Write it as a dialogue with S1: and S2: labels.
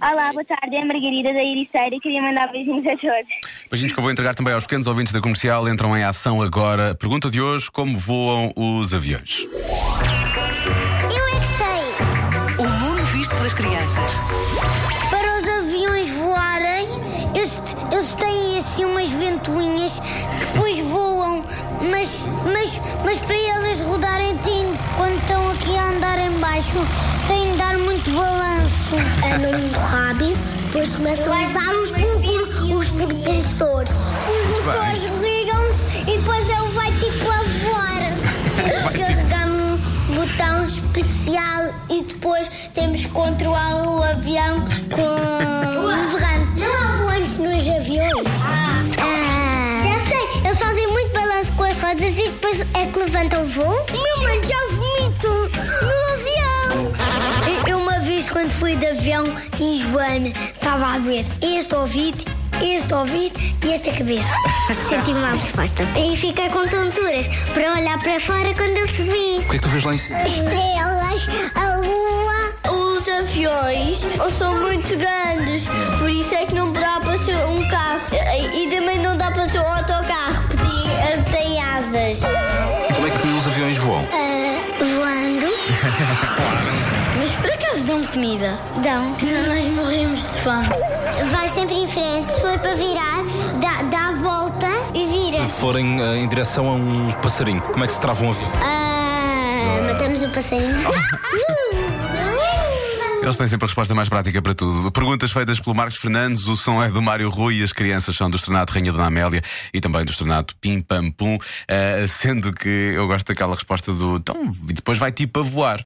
S1: Olá, boa tarde, é a Margarida da Ericeira e queria mandar beijinhos a todos.
S2: Beijinhos que eu vou entregar também aos pequenos ouvintes da comercial. Entram em ação agora. Pergunta de hoje: como voam os aviões?
S3: Eu é que sei.
S4: O mundo visto pelas crianças.
S3: Para os aviões voarem, eles, eles têm assim umas ventoinhas que depois voam, mas, mas, mas para elas rodarem, tem, quando estão aqui a andar em baixo, têm de dar muito balanço. Andam muito rápido, depois começam a usar os, propulsores. Os motores ligam-se e depois ele vai tipo a voar. Temos que carregar um botão especial e depois temos que controlar o avião com um volante. Não há volantes nos aviões. Ah. Já sei, eles fazem muito balanço com as rodas e depois é que levantam o voo. Meu mano, já vomito no avião. Eu uma vez quando fui de avião e joelhos estava a doer este ouvido, este ouvido e esta cabeça. Senti-me mal resposta. E fiquei com tonturas para olhar para fora quando eu subi
S2: O que é que tu vês lá em cima?
S3: estrelas, a lua. Os aviões são muito grandes, por isso é que não dá para ser um carro. E também não dá para ser um autocarro, porque tem asas.
S2: Como é que os aviões voam?
S3: Ah, voando. Mas por acaso dão comida? Dão. Nós morremos de fome. Vai sempre em frente, se for para virar, dá, dá a volta e vira.
S5: forem eh, em direção a um passarinho, como é que se trava um avião?
S3: Ah, matamos o passarinho.
S2: Eles têm sempre a resposta mais prática para tudo. Perguntas feitas pelo Marcos Fernandes, o som é do Mário Rui e as crianças são do estrenado Rainha Dona Amélia e também do estrenado Pim Pam Pum, ah, sendo que eu gosto daquela resposta do então, e depois vai tipo a voar.